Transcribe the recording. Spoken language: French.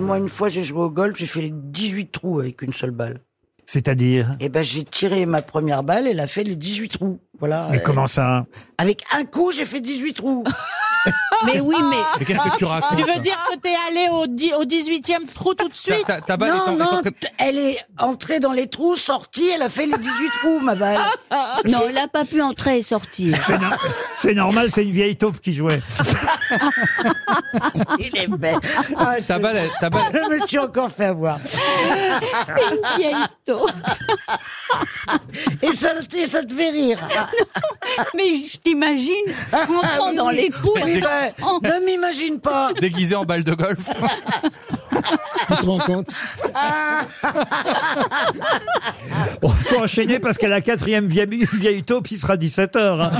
moi, une fois, j'ai joué au golf, j'ai fait 18 trous avec une seule balle. C'est-à-dire Et ben, j'ai tiré ma première balle, elle a fait les 18 trous. Voilà. Mais Euh, comment ça Avec un coup, j'ai fait 18 trous. mais oui, mais. Mais qu'est-ce que tu Ah. racontes Tu veux dire que t'es allé au, di- au 18e trou tout de Ta- suite ta- ta balle est en- Non, est en non, train- t- elle est entrée dans les trous, sortie, elle a fait les 18 trous, ma balle. Non, elle n'a pas pu entrer et sortir. C'est no- C'est normal, c'est une vieille taupe qui jouait. Il est bête. Ah, ta balle, elle- ta balle- je me suis encore fait avoir. Et ça, et ça te fait rire. Mais je t'imagine, rentrant dans les trous. Oui, ben, ne m'imagine pas. déguisée en balle de golf. On faut enchaîner parce qu'à la hein. quatrième vieille, vieille taupe, il sera 17h.